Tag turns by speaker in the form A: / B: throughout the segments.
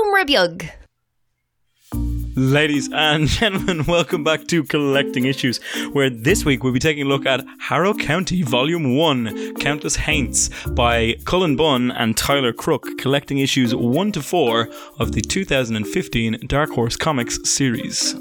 A: Shomrabyug.
B: Ladies and gentlemen, welcome back to Collecting Issues, where this week we'll be taking a look at Harrow County Volume 1, Countless Haints, by Cullen Bunn and Tyler Crook, collecting issues 1 to 4 of the 2015 Dark Horse Comics series.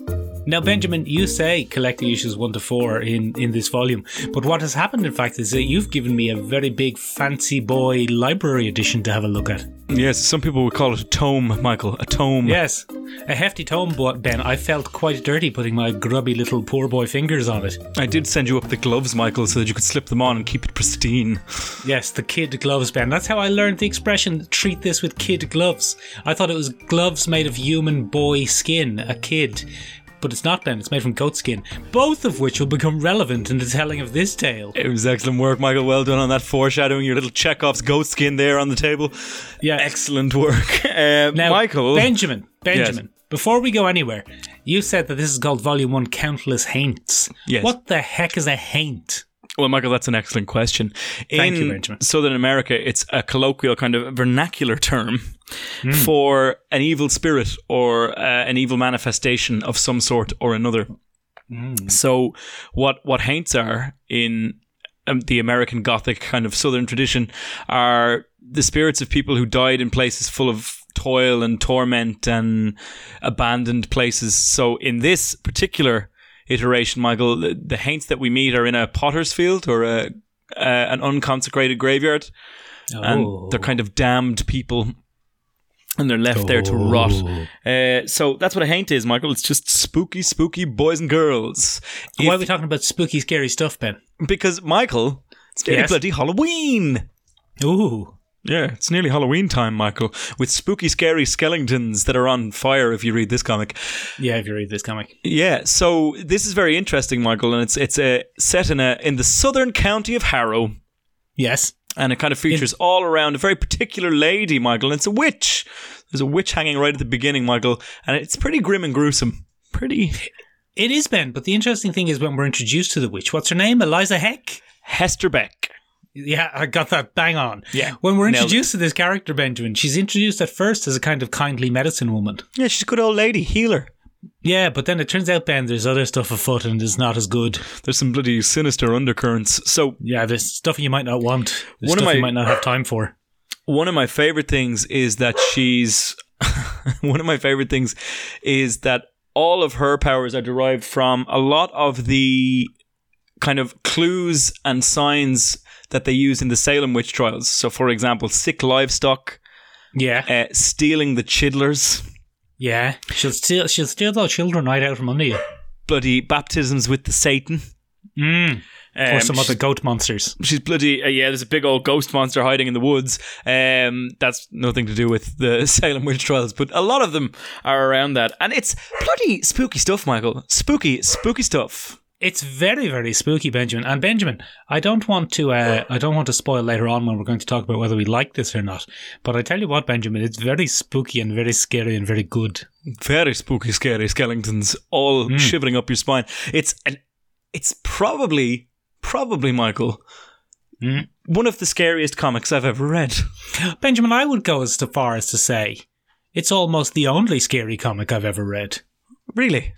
C: Now, Benjamin, you say collecting issues one to four in, in this volume, but what has happened, in fact, is that you've given me a very big fancy boy library edition to have a look at.
B: Yes, some people would call it a tome, Michael, a tome.
C: Yes, a hefty tome, but Ben, I felt quite dirty putting my grubby little poor boy fingers on it.
B: I did send you up the gloves, Michael, so that you could slip them on and keep it pristine.
C: Yes, the kid gloves, Ben. That's how I learned the expression treat this with kid gloves. I thought it was gloves made of human boy skin, a kid. But it's not, Ben. It's made from goat skin, both of which will become relevant in the telling of this tale.
B: It was excellent work, Michael. Well done on that foreshadowing. Your little Chekhov's goat skin there on the table.
C: Yeah.
B: Excellent work. Uh,
C: Now,
B: Michael.
C: Benjamin, Benjamin, before we go anywhere, you said that this is called Volume 1 Countless Haints.
B: Yes.
C: What the heck is a haint?
B: Well, Michael, that's an excellent question.
C: Thank
B: In
C: you, Benjamin.
B: Southern America, it's a colloquial kind of vernacular term
C: Hmm.
B: for an evil spirit or uh, an evil manifestation of some sort or another.
C: Hmm.
B: So, what what haints are in um, the American Gothic kind of Southern tradition are the spirits of people who died in places full of toil and torment and abandoned places. So, in this particular iteration, Michael, the, the haints that we meet are in a potter's field or a uh, an unconsecrated graveyard, and
C: Oh.
B: they're kind of damned people, and they're left there to rot.
C: Oh.
B: Uh, so that's what a haint is, Michael. It's just spooky, spooky boys and girls.
C: Why are
B: If-
C: we talking about spooky, scary stuff, Ben?
B: because Michael, it's nearly
C: Yes?
B: bloody Halloween.
C: Ooh.
B: Yeah, it's nearly Halloween time, Michael, with spooky, scary skeletons that are on fire. If you read this comic,
C: Yeah, if you read this comic.
B: yeah. So this is very interesting, Michael, and it's it's uh, set in a in the southern county of Harrow,
C: Yes.
B: and it kind of features all around a very particular lady, Michael. And it's a witch. There's a witch hanging right at the beginning, Michael, and it's pretty grim and gruesome. Pretty
C: It is, Ben, but the interesting thing is when we're introduced to the witch, what's her name? Eliza Heck?
B: Hester Beck.
C: Yeah, I got that bang on.
B: Yeah,
C: When we're
B: nailed it.
C: introduced to this character, Benjamin, she's introduced at first as a kind of kindly medicine woman.
B: Yeah, she's a good old lady, healer.
C: Yeah, but then it turns out, Ben, there's other stuff afoot and it's not as good.
B: There's some bloody sinister undercurrents. So
C: Yeah, there's stuff you might not want. There's
B: One of
C: stuff you
B: my-
C: might not have time for.
B: one of my favorite things is that she's one of my favorite things is that all of her powers are derived from a lot of the kind of clues and signs that they use in the Salem witch trials. So, for example, sick livestock,
C: Yeah,
B: uh, stealing the chidlers,
C: yeah. She'll steal. She'll steal those children right out from under you,
B: bloody baptisms with the Satan,
C: mm. or
B: Um,
C: some
B: she's-
C: other goat monsters.
B: She's bloody uh, yeah. There's a big old ghost monster hiding in the woods. Um, that's nothing to do with the Salem witch trials, but a lot of them are around that, and it's bloody spooky stuff, Michael. Spooky, spooky stuff.
C: It's very, very spooky, Benjamin. And Benjamin, I don't want to. Uh, I don't want to spoil later on when we're going to talk about whether we like this or not. But I tell you what, Benjamin, it's very spooky and very scary and very good.
B: Very spooky, scary skeletons all
C: Hmm.
B: shivering up your spine. It's an, it's probably, probably Michael,
C: Mm.
B: one of the scariest comics I've ever read.
C: Benjamin, I would go as to far as to say, it's almost the only scary comic I've ever read.
B: Really,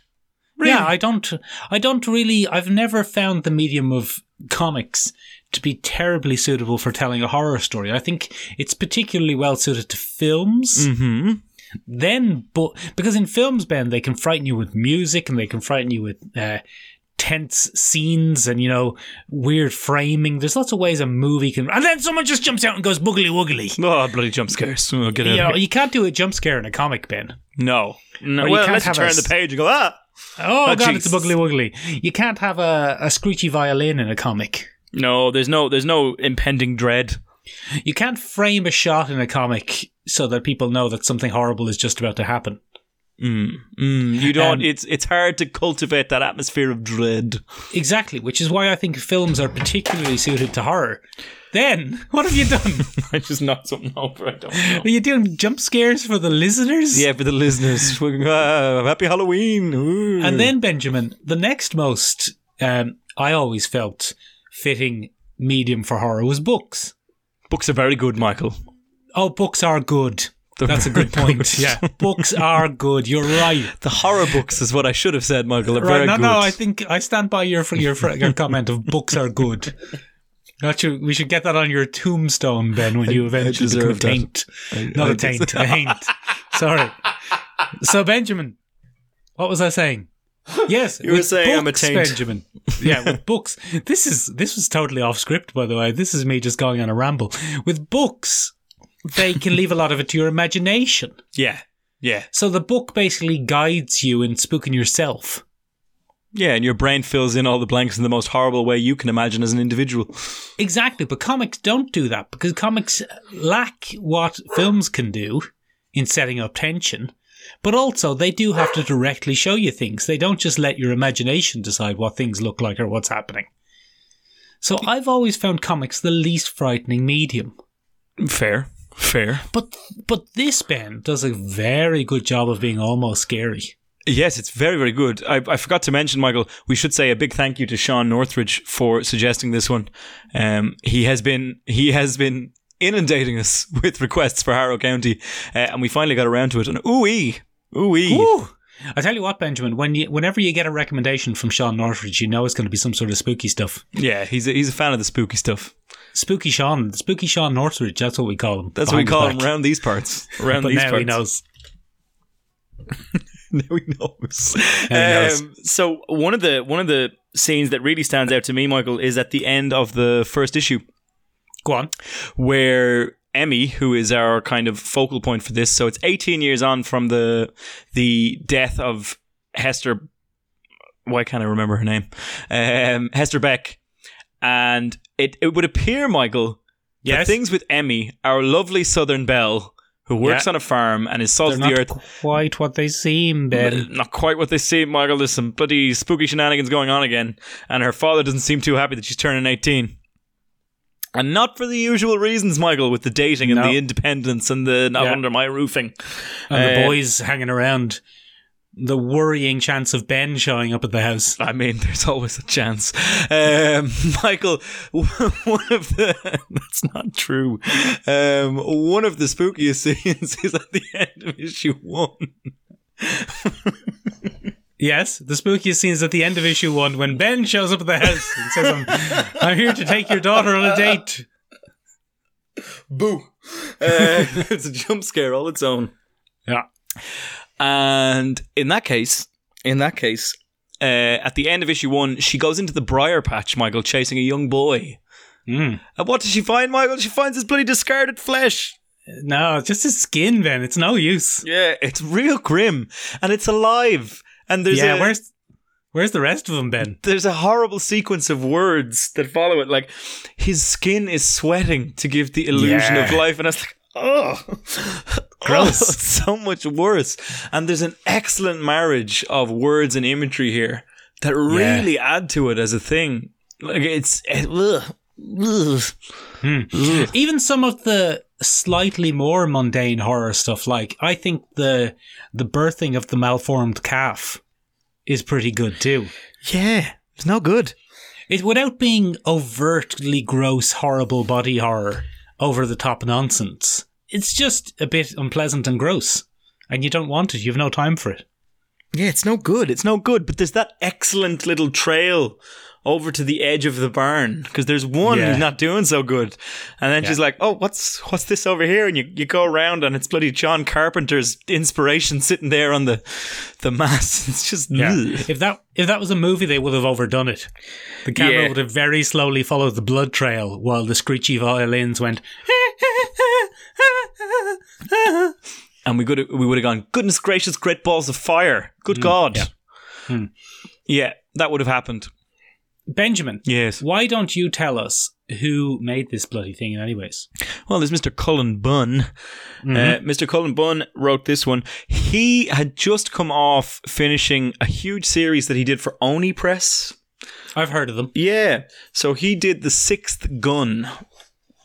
C: Yeah, I don't. I don't really. I've never found the medium of comics to be terribly suitable for telling a horror story. I think it's particularly well suited to films.
B: Mm-hmm.
C: Then, but because in films, Ben, they can frighten you with music and they can frighten you with. Uh, Tense scenes and you know weird framing. There's lots of ways a movie can, and then someone just jumps out and goes boogly woogly.
B: Oh, bloody jump scares! Oh, get out
C: You
B: of
C: know
B: here.
C: you can't do a jump scare in a comic, Ben.
B: No, no.
C: Or you
B: Well,
C: can't
B: unless you
C: have a
B: turn
C: s-
B: the page and go ah.
C: Oh,
B: Oh,
C: god, it's a
B: Jesus.
C: boogly woogly. You can't have a, a screechy violin in a comic.
B: No, there's no there's no impending dread.
C: You can't frame a shot in a comic so that people know that something horrible is just about to happen.
B: Mm, mm, you don't.
C: Um,
B: it's it's hard to cultivate that atmosphere of dread.
C: Exactly, which is why I think films are particularly suited to horror. Then, what have you done?
B: I just knocked something over. I don't know.
C: are you doing jump scares for the listeners?
B: Yeah, for the listeners, fucking, ah, happy Halloween. Ooh.
C: And then, Benjamin, the next most, um, I always felt fitting medium for horror was books.
B: books are very good, Michael.
C: Oh, books are good.
B: They're
C: That's a
B: very
C: good point.
B: good.
C: Yeah, books are good. You're right.
B: The horror books is what I should have said, Michael. They're very
C: Right? No,
B: good.
C: no. I think I stand by your your, your comment of books are good. Not you, we should get that on your tombstone, Ben, when you eventually become a
B: deserve that.
C: taint. Not
B: I
C: a taint, a haint. Sorry. So, Benjamin, what was I saying? Yes,
A: You were
C: with
A: saying I'm a
C: books,
A: taint.
C: Benjamin. Yeah, with books. This is this was totally off script, by the way. This is me just going on a ramble. With books, they can leave a lot of it to your imagination.
B: yeah, yeah,
C: So the book basically guides you in spooking yourself.
B: yeah. And your brain fills in all the blanks in the most horrible way you can imagine as an individual.
C: Exactly, but comics don't do that because comics lack what films can do in setting up tension. But also, they do have to directly show you things. They don't just let your imagination decide what things look like or what's happening. So I've always found comics the least frightening medium.
B: Fair, fair.
C: But but this Ben does a very good job of being almost scary.
B: Yes, it's very, very good. I, I forgot to mention, Michael, we should say a big thank you to Sean Northridge for suggesting this one. Um, he has been he has been inundating us with requests for Harrow County, uh, and we finally got around to it. And ooh-wee, ooh-wee.
C: Woo! I tell you what, Benjamin, when you, whenever you get a recommendation from Sean Northridge, you know it's going to be some sort of spooky stuff.
B: Yeah, he's a, he's a fan of the spooky stuff.
C: Spooky Sean, Spooky Sean Northridge, that's what we call him.
B: That's what we
C: behind
B: call
C: his
B: him
C: back.
B: around these parts. Around
C: But
B: these
C: now
B: parts.
C: he knows.
B: now he knows.
C: Now he knows.
A: Um, so one of the one of the scenes that really stands out to me, Michael, is at the end of the first issue
C: Go on.
B: where Emmy, who is our kind of focal point for this, so it's 18 years on from the the death of Hester. Why can't I remember her name? Um, Hester Beck, and it it would appear, Michael, that
C: Yes.
B: things with Emmy, our lovely Southern belle, who works
C: Yeah.
B: on a farm and is salt
C: They're
B: of the
C: not
B: earth,
C: quite what they seem, Ben.
B: N- Not quite what they seem, Michael. There's some bloody spooky shenanigans going on again, and her father doesn't seem too happy that she's turning 18. And not for the usual reasons, Michael, with the dating and
C: No.
B: the independence and the not
C: Yeah.
B: under my roofing.
C: and the
B: uh,
C: boys hanging around. The worrying chance of Ben showing up at the house.
B: I mean, there's always a chance. Um, Michael, one of the that's not true. Um, one of the spookiest scenes is at the end of issue one.
C: Yes, the spookiest scene is at the end of issue one when Ben shows up at the house and says, I'm, I'm here to take your daughter on a date.
A: Boo.
B: Uh, it's a jump scare all its own.
C: Yeah.
B: And in that case, in that case, uh, at the end of issue one, she goes into the briar patch, Michael, chasing a young boy.
C: Mm.
B: And what does she find, Michael? She finds his bloody discarded flesh.
C: No, it's just his skin, Ben. It's no use.
B: Yeah, it's real grim, and it's alive. And there's
C: yeah,
B: a,
C: where's where's the rest of them, Ben?
B: there's a horrible sequence of words that follow it. Like his skin is sweating to give the illusion of
C: Yeah.
B: life, and I was like, oh,
C: Gross.
B: it's so much worse. And there's an excellent marriage of words and imagery here that really add to it as a thing. Like it's it, ugh, ugh.
C: Hmm. Even some of the slightly more mundane horror stuff, like I think the the birthing of the malformed calf is pretty good too.
B: yeah, it's no good.
C: It without being overtly gross, horrible body horror, over the top nonsense. It's just a bit unpleasant and gross. And you don't want it, you've no time for it.
B: Yeah, it's no good. It's no good. But there's that excellent little trail over to the edge of the barn because there's one
C: Yeah.
B: who's not doing so good, and then
C: Yeah.
B: she's like, "Oh, what's what's this over here?" And you, you go around and it's bloody John Carpenter's inspiration sitting there on the the mass. It's just ugh.
C: If that if that was a movie, they would have overdone it. The camera
B: Yeah.
C: would have very slowly followed the blood trail while the screechy violins went.
B: and we could we would have gone, goodness gracious, great balls of fire, good God, yeah.
C: Hmm.
B: that would have happened.
C: Benjamin,
B: Yes.
C: why don't you tell us who made this bloody thing, anyways?
B: Well, there's Mr. Cullen Bunn. Uh,
C: Mm-hmm.
B: Mr. Cullen Bunn wrote this one. He had just come off finishing a huge series that he did for Oni Press.
C: I've heard of them.
B: Yeah, so he did the Sixth Gun,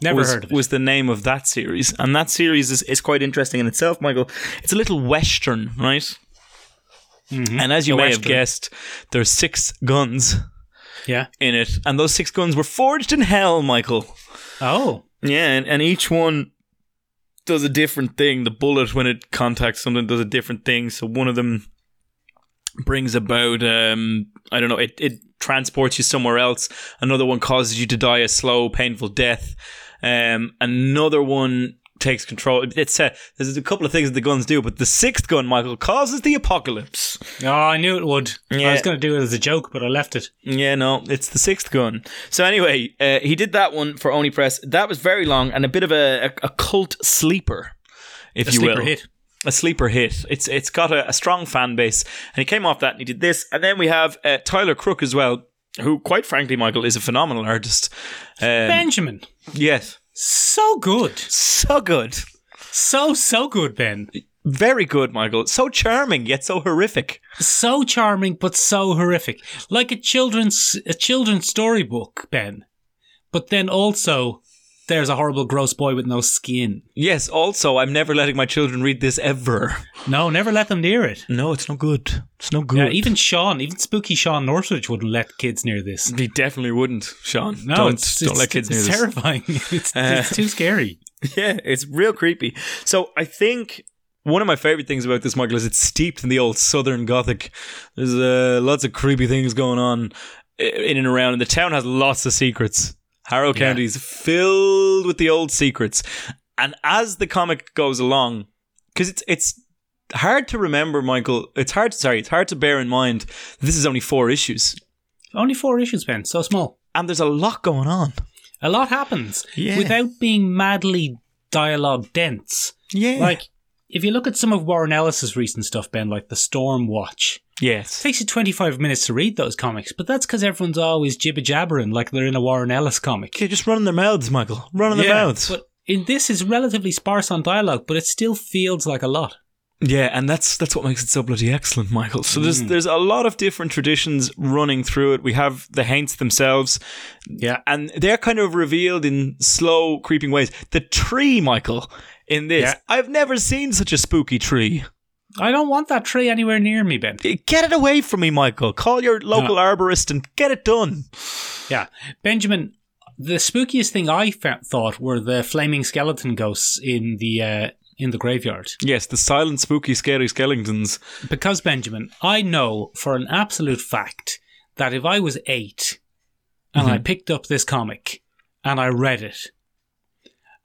C: Never
B: was,
C: heard of it.
B: was the name of that series. And that series is, is quite interesting in itself, Michael. It's a little Western, right? And as you
C: Mm-hmm. A
B: may have
C: Western.
B: guessed, there's six guns
C: yeah.
B: in it. And those six guns were forged in hell, Michael.
C: Oh.
B: Yeah, and, and each one does a different thing. The bullet, when it contacts something, does a different thing. So one of them brings about, um, I don't know, it, it transports you somewhere else. Another one causes you to die a slow, painful death. Um, another one takes control. It's a, there's a couple of things that the guns do, but the sixth gun, Michael, causes the apocalypse.
C: Oh, I knew it would. I
B: Yeah.
C: was going to do it as a joke, but I left it.
B: Yeah, no, it's the sixth gun. So anyway, uh, he did that one for Oni Press. That was very long and a bit of a, a, a cult sleeper, if
C: A
B: you
C: sleeper
B: will.
C: hit.
B: A sleeper hit. It's it's got a, a strong fan base, and he came off that and he did this. And then we have uh, Tyler Crook as well, who, quite frankly, Michael is a phenomenal artist. Um,
C: Benjamin.
B: yes,
C: So good.
B: so good,
C: So, so good, Ben.
B: very good, Michael. So charming yet so horrific.
C: So charming, but so horrific. Like a children's, a children's storybook, Ben. But then also, there's a horrible, gross boy with no skin.
B: Yes. Also, I'm never letting my children read this ever.
C: No, never let them near it.
B: No, it's no good. It's no good.
C: Yeah, even Sean, even spooky Sean Northridge wouldn't let kids near this.
B: He definitely wouldn't, Sean.
C: No,
B: don't,
C: it's,
B: don't
C: it's-
B: let kids
C: it's
B: near this. Uh,
C: terrifying. It's, it's too scary.
B: Yeah, it's real creepy. So I think one of my favorite things about this, Michael, is it's steeped in the old Southern Gothic. There's uh, lots of creepy things going on i- in and around, and the town has lots of secrets. Harrow
C: Yeah.
B: County is filled with the old secrets, and as the comic goes along, because it's it's hard to remember, Michael. It's hard. Sorry, it's hard to bear in mind. This is only four issues,
C: Only four issues, Ben. So small.
B: and there's a lot going on.
C: A lot happens
B: Yeah.
C: without being madly dialogue dense.
B: Yeah.
C: Like, if you look at some of Warren Ellis's recent stuff, Ben, like the Storm Watch,
B: yes.
C: it takes you 25 minutes to read those comics, but that's because everyone's always jibber jabbering like they're in a Warren Ellis comic.
B: Okay, just running their mouths, Michael. Running their mouths.
C: But in this is relatively sparse on dialogue, but it still feels like a lot.
B: yeah, and that's that's what makes it so bloody excellent, Michael. So there's there's a lot of different traditions running through it. We have the Haints themselves,
C: Yeah.
B: and they're kind of revealed in slow, creeping ways. The tree, Michael, in this,
C: Yeah.
B: I've never seen such a spooky tree.
C: I don't want that tree anywhere near me, Ben.
B: Get it away from me, Michael. Call your local arborist and get it done.
C: Yeah, Benjamin. The spookiest thing I fa- thought were the flaming skeleton ghosts in the uh, in the graveyard.
B: Yes, the silent, spooky, scary skeletons.
C: Because Benjamin, I know for an absolute fact that if I was eight and I picked up this comic and I read it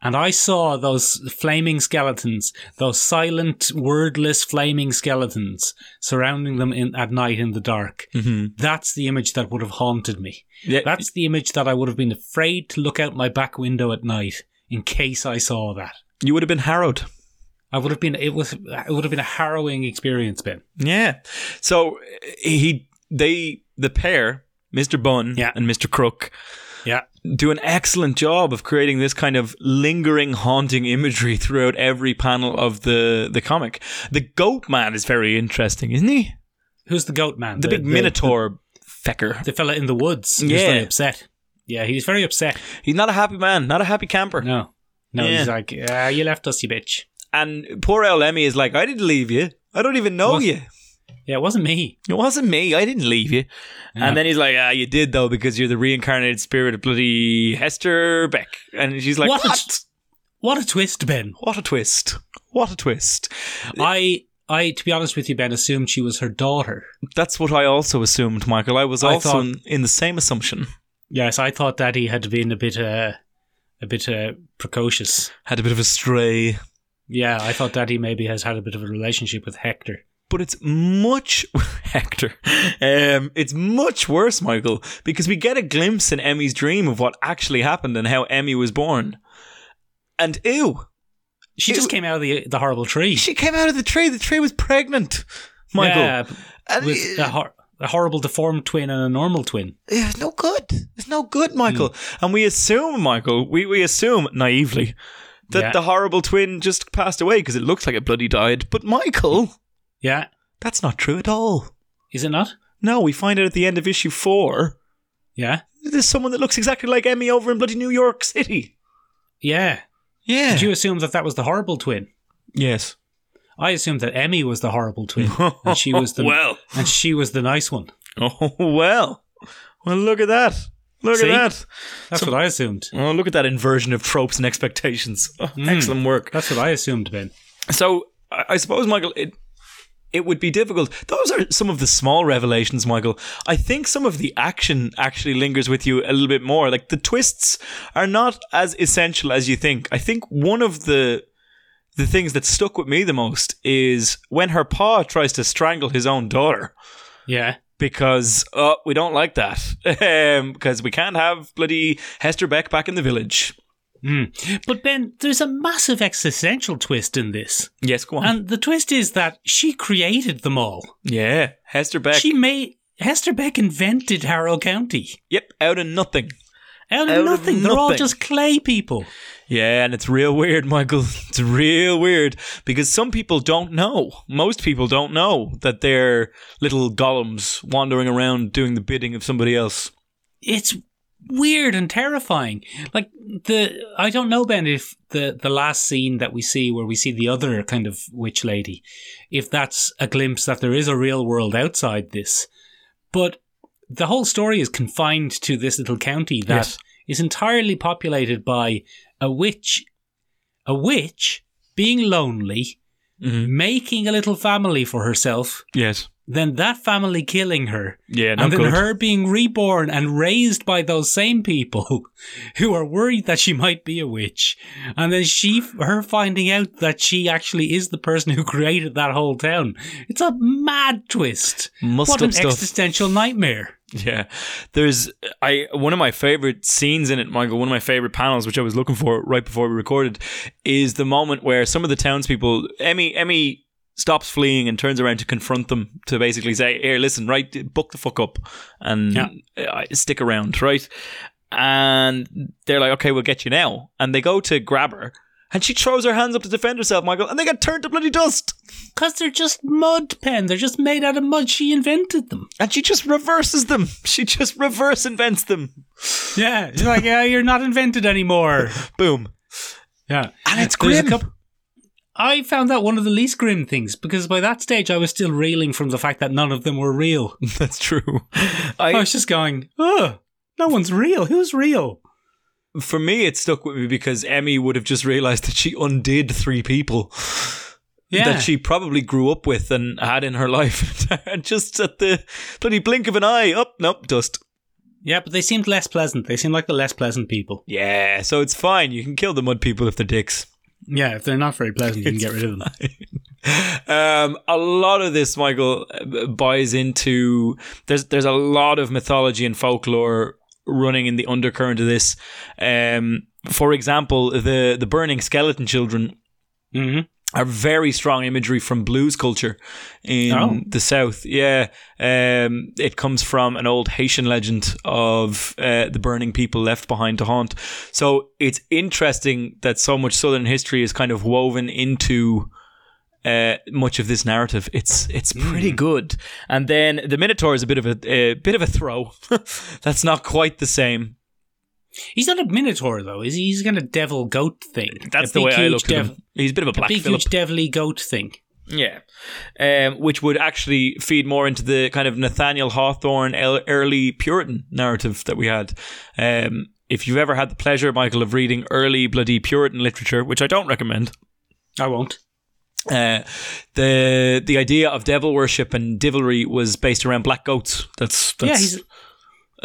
C: and I saw those flaming skeletons, those silent, wordless flaming skeletons surrounding them in, at night in the dark, that's the image that would have haunted me.
B: Mm-hmm. Yeah,
C: That's the image that I would have been afraid to look out my back window at night in case I saw that.
B: you would have been harrowed.
C: I would have been it was it would have been a harrowing experience, Ben.
B: Yeah. So eh, he they the pair, Mr. Bun
C: Yeah.
B: and Mr. Crook,
C: Yeah.
B: do an excellent job of creating this kind of lingering haunting imagery throughout every panel of the the comic. The goat man is very interesting, isn't he?
C: Who's the goat man?
B: The, big minotaur fecker.
C: the, fella in the woods. He's
B: Yeah.
C: very upset. Yeah, he's very upset.
B: He's not a happy man, not a happy camper.
C: No. No,
B: Yeah.
C: he's like, ah, you left us, you bitch.
B: And poor old Emmy is like, I didn't leave you. I don't even know
C: What?
B: you.
C: Yeah, it wasn't me.
B: It wasn't me. I didn't leave you.
C: Yeah.
B: And then he's like, ah, you did though, because you're the reincarnated spirit of bloody Hester Beck. And she's like,
C: What?
B: what?
C: What a twist, Ben.
B: What a twist. What a twist.
C: I I to be honest with you, Ben, assumed she was her daughter.
B: That's what I also assumed, Michael. I was
C: I
B: also
C: thought-
B: in, in the same assumption.
C: Yes, I thought that he had been a bit uh a bit uh, precocious.
B: Had a bit of a stray.
C: Yeah, I thought that he maybe has had a bit of a relationship with Hector.
B: But it's much Hector. Um, it's much worse, Michael, because we get a glimpse in Emmy's dream of what actually happened and how Emmy was born. And ew,
C: She
B: It
C: just
B: w-
C: came out of the the horrible tree.
B: she came out of the tree. The tree was pregnant, Michael.
C: Yeah,
B: And
C: with a, hor- a horrible deformed twin and a normal twin.
B: Yeah, it's no good. It's no good, Michael. Mm. And we assume, Michael, we, we assume naively that
C: Yeah.
B: the horrible twin just passed away because it looks like it bloody died. But Michael,
C: Yeah,
B: that's not true at all.
C: is it not?
B: No, we find out at the end of issue four
C: Yeah,
B: there's someone that looks exactly like Emmy over in bloody New York City.
C: yeah.
B: Yeah.
C: Did you assume that that was the horrible twin?
B: yes.
C: I assumed that Emmy was the horrible twin, and she was the
B: well.
C: and she was the nice one.
B: Oh well. Well, look at that. Look
D: See?
B: at that.
C: That's what I assumed.
B: Oh, look at that inversion of tropes and expectations. Oh,
C: Mm.
B: Excellent work.
C: That's what I assumed, Ben.
B: So I I suppose, Michael, it it would be difficult. Those are some of the small revelations, Michael. I think some of the action actually lingers with you a little bit more. Like the twists are not as essential as you think. I think one of the the things that stuck with me the most is when her pa tries to strangle his own daughter
C: Yeah.
B: because uh, we don't like that Um, because we can't have bloody Hester Beck back in the village.
C: But Ben, there's a massive existential twist in this.
B: Yes, go on.
C: And the twist is that she created them all.
B: yeah, Hester Beck.
C: She made Hester Beck invented Harrow County.
B: yep, out of nothing.
C: Out of
B: Out of
C: nothing. They're all
B: nothing.
C: just clay people.
B: Yeah, and it's real weird, Michael. It's real weird because some people don't know. Most people don't know that they're little golems wandering around doing the bidding of somebody else.
C: It's weird and terrifying. Like the I don't know, Ben, if the, the last scene that we see where we see the other kind of witch lady, if that's a glimpse that there is a real world outside this. But the whole story is confined to this little county that is
B: Yes.
C: entirely populated by a witch a witch being lonely,
B: Mm-hmm.
C: making a little family for herself,
B: Yes.
C: then that family killing her,
B: Yeah,
C: and
B: not
C: then
B: good.
C: her being reborn and raised by those same people who are worried that she might be a witch, and then she her finding out that she actually is the person who created that whole town. It's a mad twist.
B: Must
C: what
B: up
C: an
B: stuff.
C: existential nightmare.
B: Yeah, there's I one of my favorite scenes in it, Michael. One of my favorite panels, which I was looking for right before we recorded, is the moment where some of the townspeople, Emmy, Emmy stops fleeing and turns around to confront them to basically say, "Here, listen, right, buck the fuck up and
C: Yeah.
B: uh, stick around, right?" And they're like, "Okay, we'll get you now," and they go to grab her. And she throws her hands up to defend herself, Michael, and they get turned to bloody dust.
C: Because they're just mud, Pen. They're just made out of mud. She invented them.
B: And she just reverses them. She just reverse invents them.
C: Yeah. It's like, yeah, you're not invented anymore.
B: Boom.
C: Yeah.
B: And it's
C: There's a
B: grim.
C: coup- I found that one of the least grim things because by that stage I was still reeling from the fact that none of them were real.
B: That's true.
C: I
B: I
C: was just going, ugh, no one's real. Who's real?
B: for me it stuck with me because Emmy would have just realized that she undid three people
C: Yeah.
B: that she probably grew up with and had in her life and just at the bloody blink of an eye up nope dust.
C: yeah, but they seemed less pleasant. They seemed like the less pleasant people.
B: Yeah, so it's fine. You can kill the mud people if they're dicks.
C: Yeah, if they're not very pleasant, you can get rid of them.
B: Um, a lot of this, Michael, uh, buys into. There's there's a lot of mythology and folklore running in the undercurrent of this. Um, for example, the the burning skeleton children
C: Mm-hmm.
B: are very strong imagery from blues culture in
C: Oh.
B: the south. Yeah, um, it comes from an old Haitian legend of uh, the burning people left behind to haunt. So it's interesting that so much southern history is kind of woven into. Uh, much of this narrative, it's it's
C: Hmm.
B: pretty good, and then the Minotaur is a bit of a, a bit of a throw. That's not quite the same.
C: He's not a minotaur though, is he? He's kind of devil goat thing.
B: That's
C: A
B: the
C: big,
B: way I
C: huge
B: look at
C: dev-
B: him. He's a bit of a black
C: Big,
B: Phillip.
C: huge devilly goat thing.
B: Yeah, um, which would actually feed more into the kind of Nathaniel Hawthorne el- early Puritan narrative that we had. Um, if you've ever had the pleasure, Michael, of reading early bloody Puritan literature, which I don't recommend,
C: I won't.
B: uh, the the idea of devil worship and divilry was based around black goats. That's that's
C: yeah, he's,
B: a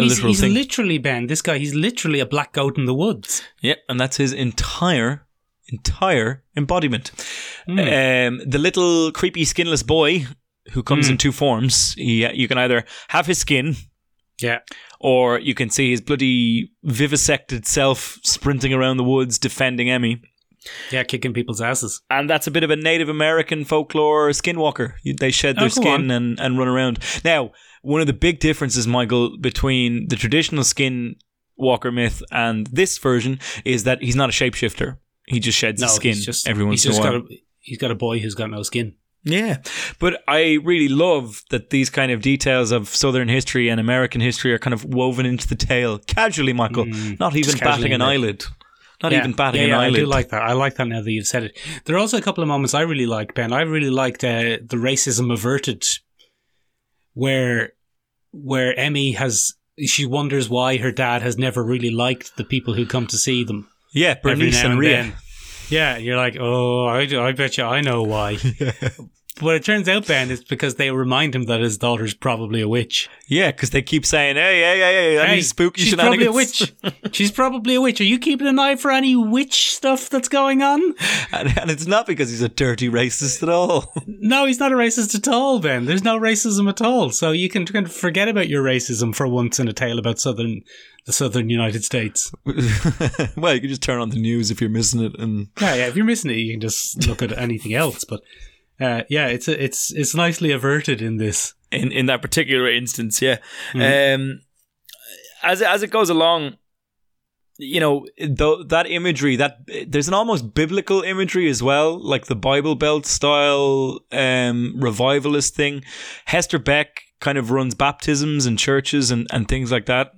C: he's,
B: literal
C: he's
B: thing.
C: literally Ben. This guy, he's literally a black goat in the woods.
B: Yeah, and that's his entire entire embodiment.
C: Hmm. Uh,
B: Um, the little creepy skinless boy who
C: Hmm.
B: comes in two forms. He, you can either have his skin,
C: Yeah.
B: or you can see his bloody vivisected self sprinting around the woods defending Emmy.
C: Yeah, kicking people's asses.
B: And that's a bit of a Native American folklore skinwalker. You- They shed their
C: Oh, go
B: skin
C: on.
B: and, and run around. Now, one of the big differences, Michael, between the traditional skin walker myth and this version is that he's not a shapeshifter. He just sheds
C: No,
B: his skin
C: he's just
B: every once
C: he's just
B: in a while.
C: Got a, he's got a boy who's got no skin.
B: Yeah, but I really love that these kind of details of Southern history and American history are kind of woven into the tale casually, Michael. not even
C: Mm. just casually
B: batting an
C: in there.
B: eyelid. Not
C: Yeah.
B: even batting
C: Yeah,
B: an
C: yeah,
B: eyelid.
C: I do like that. I like that now that you've said it. There are also a couple of moments I really like, Ben. I really liked uh, the racism averted, where where Emmy has she wonders why her dad has never really liked the people who come to see them.
B: Yeah,
C: every
B: Bernice
C: now
B: and
C: and
B: Rhea.
C: then. Yeah, you're like, oh, I, I bet you I know why. but it turns out, Ben, it's because they remind him that his daughter's probably a witch.
B: Yeah, because they keep saying, "Hey, hey, hey, hey, any spooky
C: she's
B: shenanigans."
C: probably a witch. she's probably a witch. Are you keeping an eye for any witch stuff that's going on?
B: and, and it's not because he's a dirty racist at all.
C: No, he's not a racist at all, Ben. There's no racism at all. So you can kind of forget about your racism for once in a tale about southern the southern United States.
B: well, you can just turn on the news if you're missing it, and
C: Yeah, yeah. If you're missing it, you can just look at anything else. But uh, yeah, it's a, it's it's nicely averted in this.
A: in in that particular instance. Yeah. Um, as as it goes along,
B: you know tho- that imagery that there's an almost biblical imagery as well like the bible belt style um revivalist thing hester beck kind of runs baptisms and churches and, and things like that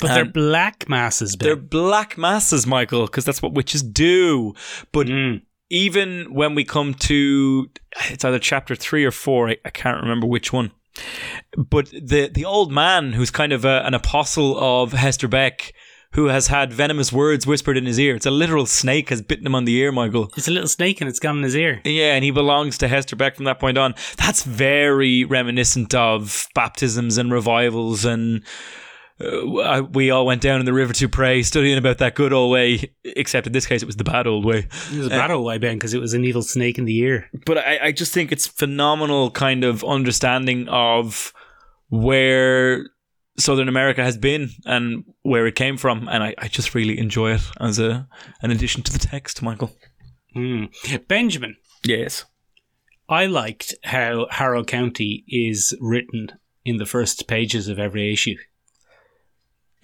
C: But they're
B: And-
C: black masses, Ben.
B: they're black masses michael because that's what witches do but
C: Mm.
B: even when we come to it's either chapter three or four i, I can't remember which one but the the old man who's kind of a, an apostle of hester beck who has had venomous words whispered in his ear it's a literal snake has bitten him on the ear michael
C: It's a little snake and it's gone in his ear.
B: yeah, and he belongs to Hester Beck from that point on. That's very reminiscent of baptisms and revivals, and uh, I- we all went down in the river to pray, studying about that good old way. Except in this case, it was the bad old way.
C: It was a bad old way, Ben, because it was an evil snake in the ear.
B: But I, I just think it's phenomenal kind of understanding of where Southern America has been and where it came from, and I, I just really enjoy it as a an addition to the text, Michael.
C: Mm. Benjamin,
A: yes,
C: I liked how Harrow County is written in the first pages of every issue.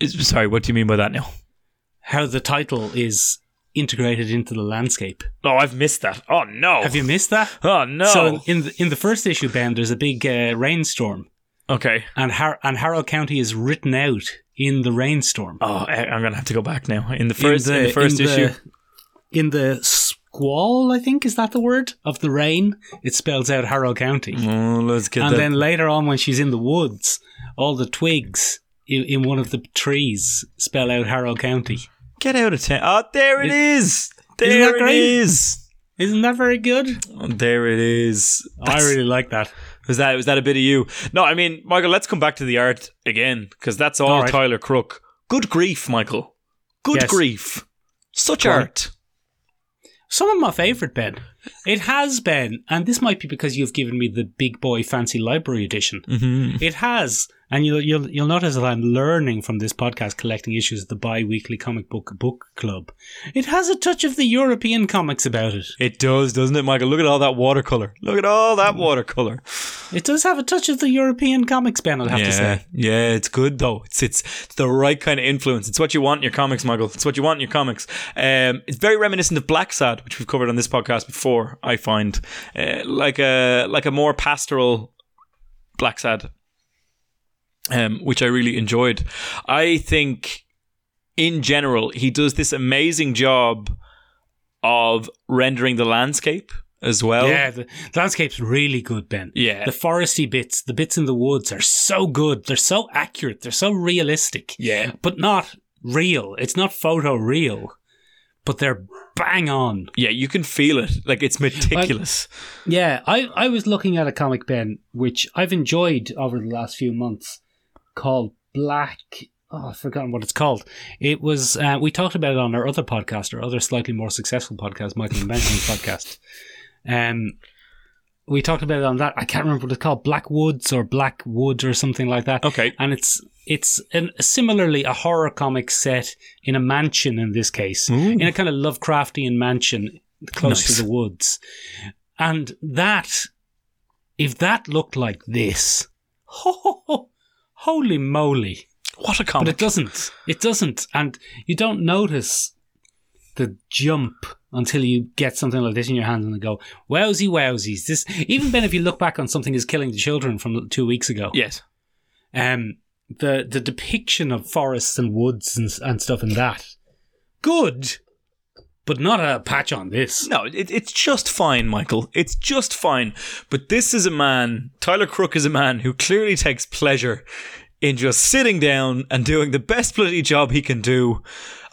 B: Is- Sorry, what do you mean by that now?
C: How the title is integrated into the landscape.
A: oh, I've missed that. Oh no,
C: Have you missed that?
A: oh no.
C: So in the, in the first issue, Ben, there's a big uh, rainstorm,
A: okay.
C: and Har- and Harrow County is written out in the rainstorm.
B: Oh, I, I'm gonna have to go back now. In the first, in the, first
C: in
B: issue,
C: the- in the squall, I think is that the word of the rain. It spells out Harrow County,
B: oh, let's get
C: and
B: that.
C: then later on, when she's in the woods, all the twigs in, in one of the trees spell out Harrow County.
B: get out of town. Oh, there it is.
C: that
B: There it
C: great?
B: is.
C: Isn't that very good?
B: Oh, there it is.
C: I
B: That's-
C: really like that.
B: was that was that a bit of you? No, I mean, Michael. Let's come back to the art again because that's all,
C: All right.
B: Tyler Crook. Good grief, Michael. Good
C: Yes.
B: grief. Such
C: Go on.
B: art.
C: Some of my favourite, Ben. It has been, and this might be because you've given me the big boy fancy library edition.
B: Mm-hmm.
C: It has, and you'll you'll you'll notice that I'm learning from this podcast, collecting issues of the bi-weekly comic book book club. It has a touch of the European comics about it.
B: It does, doesn't it, Michael? Look at all that watercolor. Look at all that watercolor.
C: It does have a touch of the European comics, Ben. I'll have
B: yeah.
C: to say.
B: Yeah, it's good though. It's it's the right kind of influence. It's what you want in your comics, Michael. It's what you want in your comics. Um, it's very reminiscent of Black Sad, which we've covered on this podcast before. I find uh, like a like a more pastoral Black Sad, um, which I really enjoyed. I think in general he does this amazing job of rendering the landscape as well.
C: Yeah, the landscape's really good, Ben.
B: Oh. Yeah.
C: The foresty bits, the bits in the woods are so good. They're so accurate. They're so realistic.
B: Yeah.
C: But not real. It's not photo real, but they're bang on.
B: Yeah, you can feel it. Like it's meticulous.
C: Yeah, I, I was looking at a comic, Ben, which I've enjoyed over the last few months called Black. Oh, I've forgotten what it's called. It was, uh, we talked about it on our other podcast, our other slightly more successful podcast, Michael and Benjamin's podcast. Um, we talked about it on that. I can't remember what it's called, Black Woods or Black Wood or something like that.
B: okay.
C: And it's it's an, similarly a horror comic set in a mansion in this case,
B: Ooh.
C: in a kind of Lovecraftian mansion close
B: Nice.
C: to the woods. And that, if that looked like this, ho, ho, ho, holy moly!
B: What a
C: But
B: comic.
C: it doesn't. It doesn't, and you don't notice the jump until you get something like this in your hands and go, "Wowsy, wowsies!" This even Ben, if you look back on something as killing the children from two weeks ago,
B: Yes.
C: um, the the depiction of forests and woods and, and stuff in that good, but not a patch on this.
B: No, it, it's just fine, Michael. It's just fine. But this is a man, Tyler Crook is a man who clearly takes pleasure in just sitting down and doing the best bloody job he can do.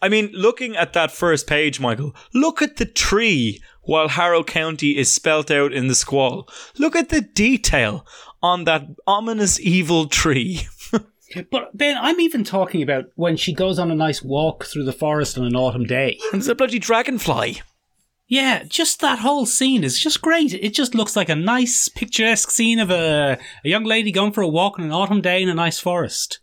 B: I mean, looking at that first page, Michael, look at the tree while Harrow County is spelt out in the squall. Look at the detail on that ominous evil tree.
C: But Ben, I'm even talking about when she goes on a nice walk through the forest on an autumn day.
B: And it's a bloody dragonfly.
C: Yeah, just that whole scene is just great. It just looks like a nice picturesque scene of a, a young lady going for a walk on an autumn day in a nice forest.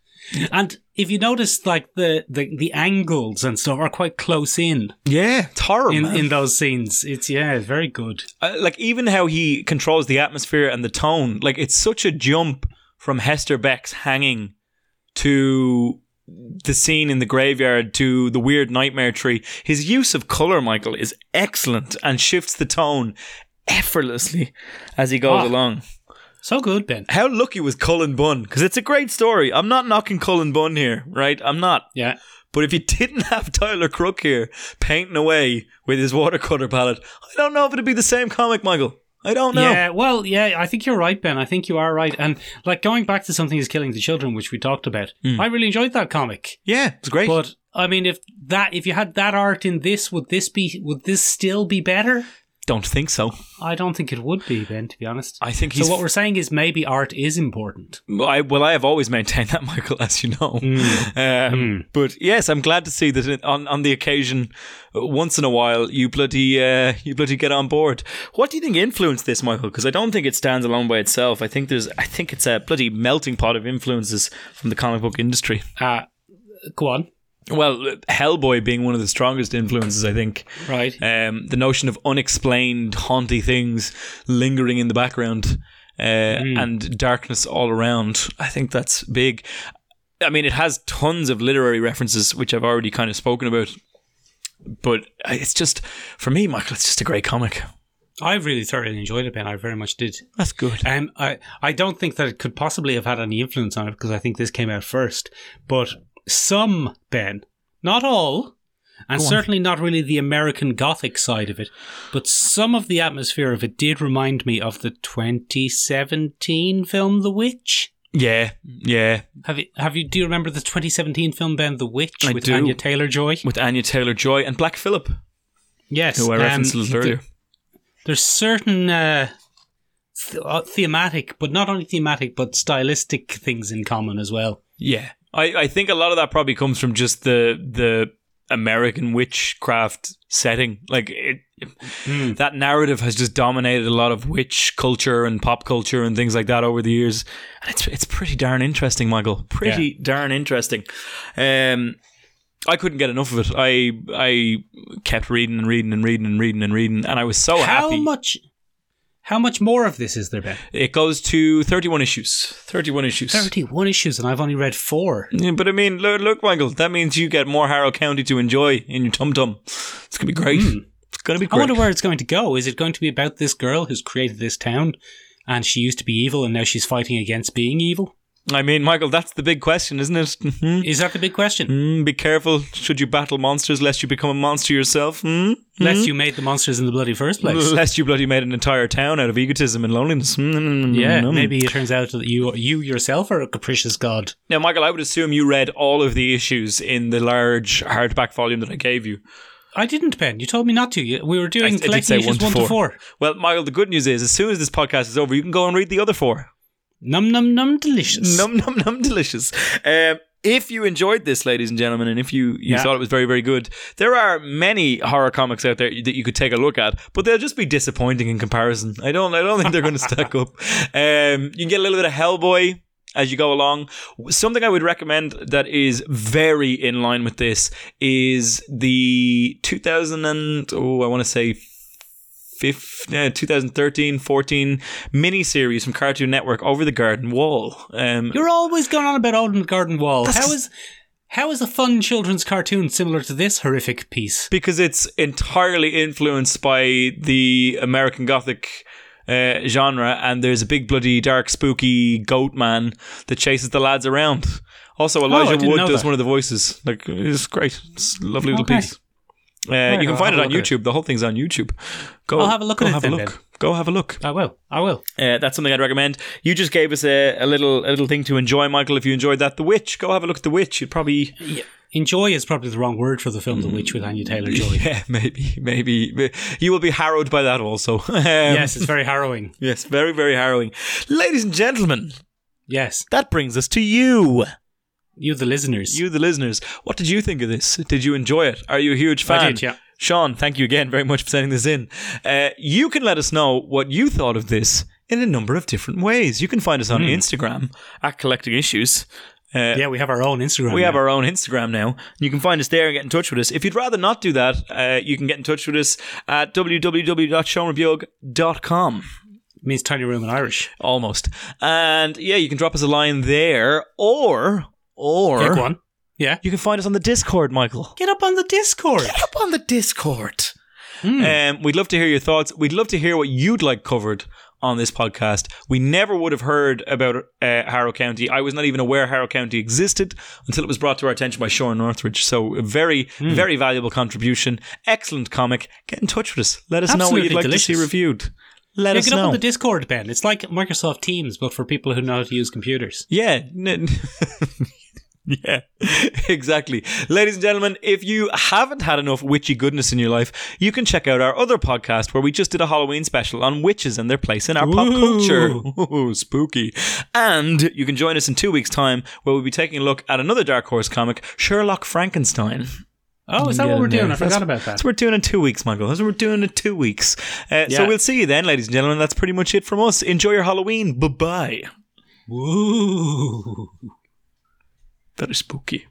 C: And if you notice, like the, the, the angles and stuff are quite close in
B: Yeah, it's horror,
C: in,
B: man.
C: in those scenes. It's yeah, it's very good.
B: Uh, like even how he controls the atmosphere and the tone. Like it's such a jump from Hester Beck's hanging to the scene in the graveyard to the weird nightmare tree. His use of color, Michael, is excellent and shifts the tone effortlessly as he goes
C: Ah.
B: along.
C: So good, Ben.
B: How lucky was Cullen Bunn? Because it's a great story. I'm not knocking Cullen Bunn here, right? I'm not.
C: Yeah.
B: But if you didn't have Tyler Crook here painting away with his watercolor palette, I don't know if it'd be the same comic, Michael. I don't know.
C: Yeah, well, yeah, I think you're right, Ben. I think you are right. And like going back to something is killing the children, which we talked about. I really enjoyed that comic.
B: Yeah, it's great.
C: But I mean, if that if you had that art in this, would this be would this still be better?
B: don't think so.
C: I don't think it would be, Ben. To be honest,
B: I think he's.
C: so. What we're saying is maybe art is important.
B: I, well, I have always maintained that, Michael, as you know. Um, But yes, I'm glad to see that it- on on the occasion, uh, once in a while, you bloody uh, you bloody get on board. What do you think influenced this, Michael? Because I don't think it stands alone by itself. I think there's, I think it's a bloody melting pot of influences from the comic book industry.
C: Uh, go on.
B: Well, uh, Hellboy being one of the strongest influences, I think.
C: Right.
B: Um, the notion of unexplained, haunty things lingering in the background uh, and darkness all around. I think that's big. I mean, it has tons of literary references, which I've already kind of spoken about. But it's just, for me, Michael, it's just a great comic.
C: I really thoroughly enjoyed it, Ben. I very much did.
B: That's good.
C: Um, I I don't think that it could possibly have had any influence on it because I think this came out first. But some, Ben, not all, and certainly not really the American Gothic side of it, but some of the atmosphere of it did remind me of the 2017 film The Witch.
B: Yeah, yeah.
C: Have you, have you do you remember the 2017 film Ben The Witch
B: I
C: with
B: do.
C: Anya Taylor Joy?
B: With Anya Taylor Joy and Black Phillip,
C: Yes,
B: who I
C: um,
B: referenced a little
C: th-
B: earlier.
C: there's certain uh, th- uh, thematic, but not only thematic, but stylistic things in common as well.
B: Yeah, I, I think a lot of that probably comes from just the the American witchcraft setting. Like it, that narrative has just dominated a lot of witch culture and pop culture and things like that over the years, and it's it's pretty darn interesting, Michael. Pretty darn interesting. Um, I couldn't get enough of it. I I kept reading and reading and reading and reading and reading, and I was so
C: How
B: Oh, happy.
C: much? How much more of this is there, Ben?
B: it goes to thirty-one issues. Thirty-one issues.
C: Thirty-one issues, and I've only read four.
B: Yeah, but I mean, look, look, Michael, that means you get more Harrow County to enjoy in your tum tum. It's gonna be great. It's gonna be
C: Hmm. I
B: great.
C: wonder where it's going to go. Is it going to be about this girl who's created this town, and she used to be evil, and now she's fighting against being evil?
B: I mean, Michael, that's the big question, isn't it? Mhm.
C: Is that the big question?
B: Mm, be careful. Should you battle monsters lest you become a monster yourself? Mm?
C: Lest you made the monsters in the bloody first place.
B: Lest you bloody made an entire town out of egotism and loneliness. Mm,
C: yeah,
B: mm.
C: maybe it turns out that you you yourself are a capricious god.
B: Now, Michael, I would assume you read all of the issues in the large hardback volume that I gave you.
C: I didn't, Ben. You told me not to. You- We were
B: I- I
C: doing
B: did
C: collecting
B: say
C: issues one to four.
B: Well, Michael, the good news is, as soon as this podcast is over, you can go and read the other four.
C: Num num num delicious.
B: Num num num delicious. Um, if you enjoyed this, ladies and gentlemen, and if you, you thought it was very, very good, there are many horror comics out there that you could take a look at, but they'll just be disappointing in comparison. I don't I don't think they're gonna stack up. Um, you can get a little bit of Hellboy as you go along. Something I would recommend that is very in line with this is the 2000 and oh, I want to say fif- uh, 2013 14 miniseries from Cartoon Network Over the Garden Wall. Um,
C: You're always going on about Old Garden Wall.
B: That's
C: How
B: just-
C: is how is a fun children's cartoon similar to this horrific piece?
B: because it's entirely influenced by the American Gothic. Uh, genre and there's a big bloody dark spooky goat man that chases the lads around. Also, Elijah
C: didn't
B: Wood
C: know
B: does
C: that.
B: one of the voices. Like it's great, it's a lovely little
C: Okay.
B: piece. Uh, you can
C: I'll
B: find it
C: have a
B: on
C: look at
B: YouTube. The whole thing's on YouTube. Go.
C: I'll have a look
B: go
C: at it
B: have
C: then,
B: a look.
C: Ben.
B: Go have a look.
C: I will. I will.
B: Uh, that's something I'd recommend. You just gave us a, a little a little thing to enjoy, Michael. If you enjoyed that, The Witch, go have a look at The Witch. You'd probably
C: Enjoy is probably the wrong word for the film The Witch with Anya Taylor Joy.
B: yeah, maybe maybe you will be harrowed by that also. Um,
C: yes, it's very harrowing.
B: yes, very very harrowing, ladies and gentlemen.
C: Yes,
B: That brings us to you,
C: you the listeners.
B: you the listeners. What did you think of this? Did you enjoy it? Are you a huge fan?
C: I did, yeah.
B: Sean, thank you again very much for sending this in. Uh, you can let us know what you thought of this in a number of different ways. You can find us on
C: Hmm.
B: Instagram at Collecting Issues. Uh,
C: yeah, we have our own Instagram.
B: We have
C: now.
B: our own Instagram now. You can find us there and get in touch with us. If you'd rather not do that, uh, you can get in touch with us at www.seanrebuog.com.
C: It means tiny room in Irish.
B: Almost. And yeah, you can drop us a line there or, or
C: Pick one. Yeah.
B: you can find us on the Discord, Michael.
C: Get up on the Discord.
B: Get up on the Discord.
C: Hmm.
B: Um, we'd love to hear your thoughts. We'd love to hear what you'd like covered on this podcast. We never would have heard about uh, Harrow County. I was not even aware Harrow County existed until it was brought to our attention by Sean Northridge. So, a very,
C: Hmm.
B: very valuable contribution. Excellent comic. Get in touch with us. Let us know what
C: Absolutely
B: you'd like to see
C: delicious.
B: reviewed. Let
C: Yeah,
B: us
C: get up
B: know.
C: on the Discord, Ben. It's like Microsoft Teams, but for people who know how to use computers.
B: Yeah. n- yeah, exactly. Ladies and gentlemen, if you haven't had enough witchy goodness in your life, you can check out our other podcast where we just did a Halloween special on witches and their place in our pop culture. Ooh, spooky. And you can join us in two weeks' time where we'll be taking a look at another Dark Horse comic, Sherlock Frankenstein.
C: Oh, is that what
B: in
C: we're doing?
B: there.
C: I forgot about that.
B: That's what we're doing in two weeks, Michael. That's what we're doing in two weeks. Uh, So
C: Yeah.
B: we'll see you then, ladies and gentlemen. That's pretty much it from us. Enjoy your Halloween. Bye bye.
C: Woo.
B: That is spooky.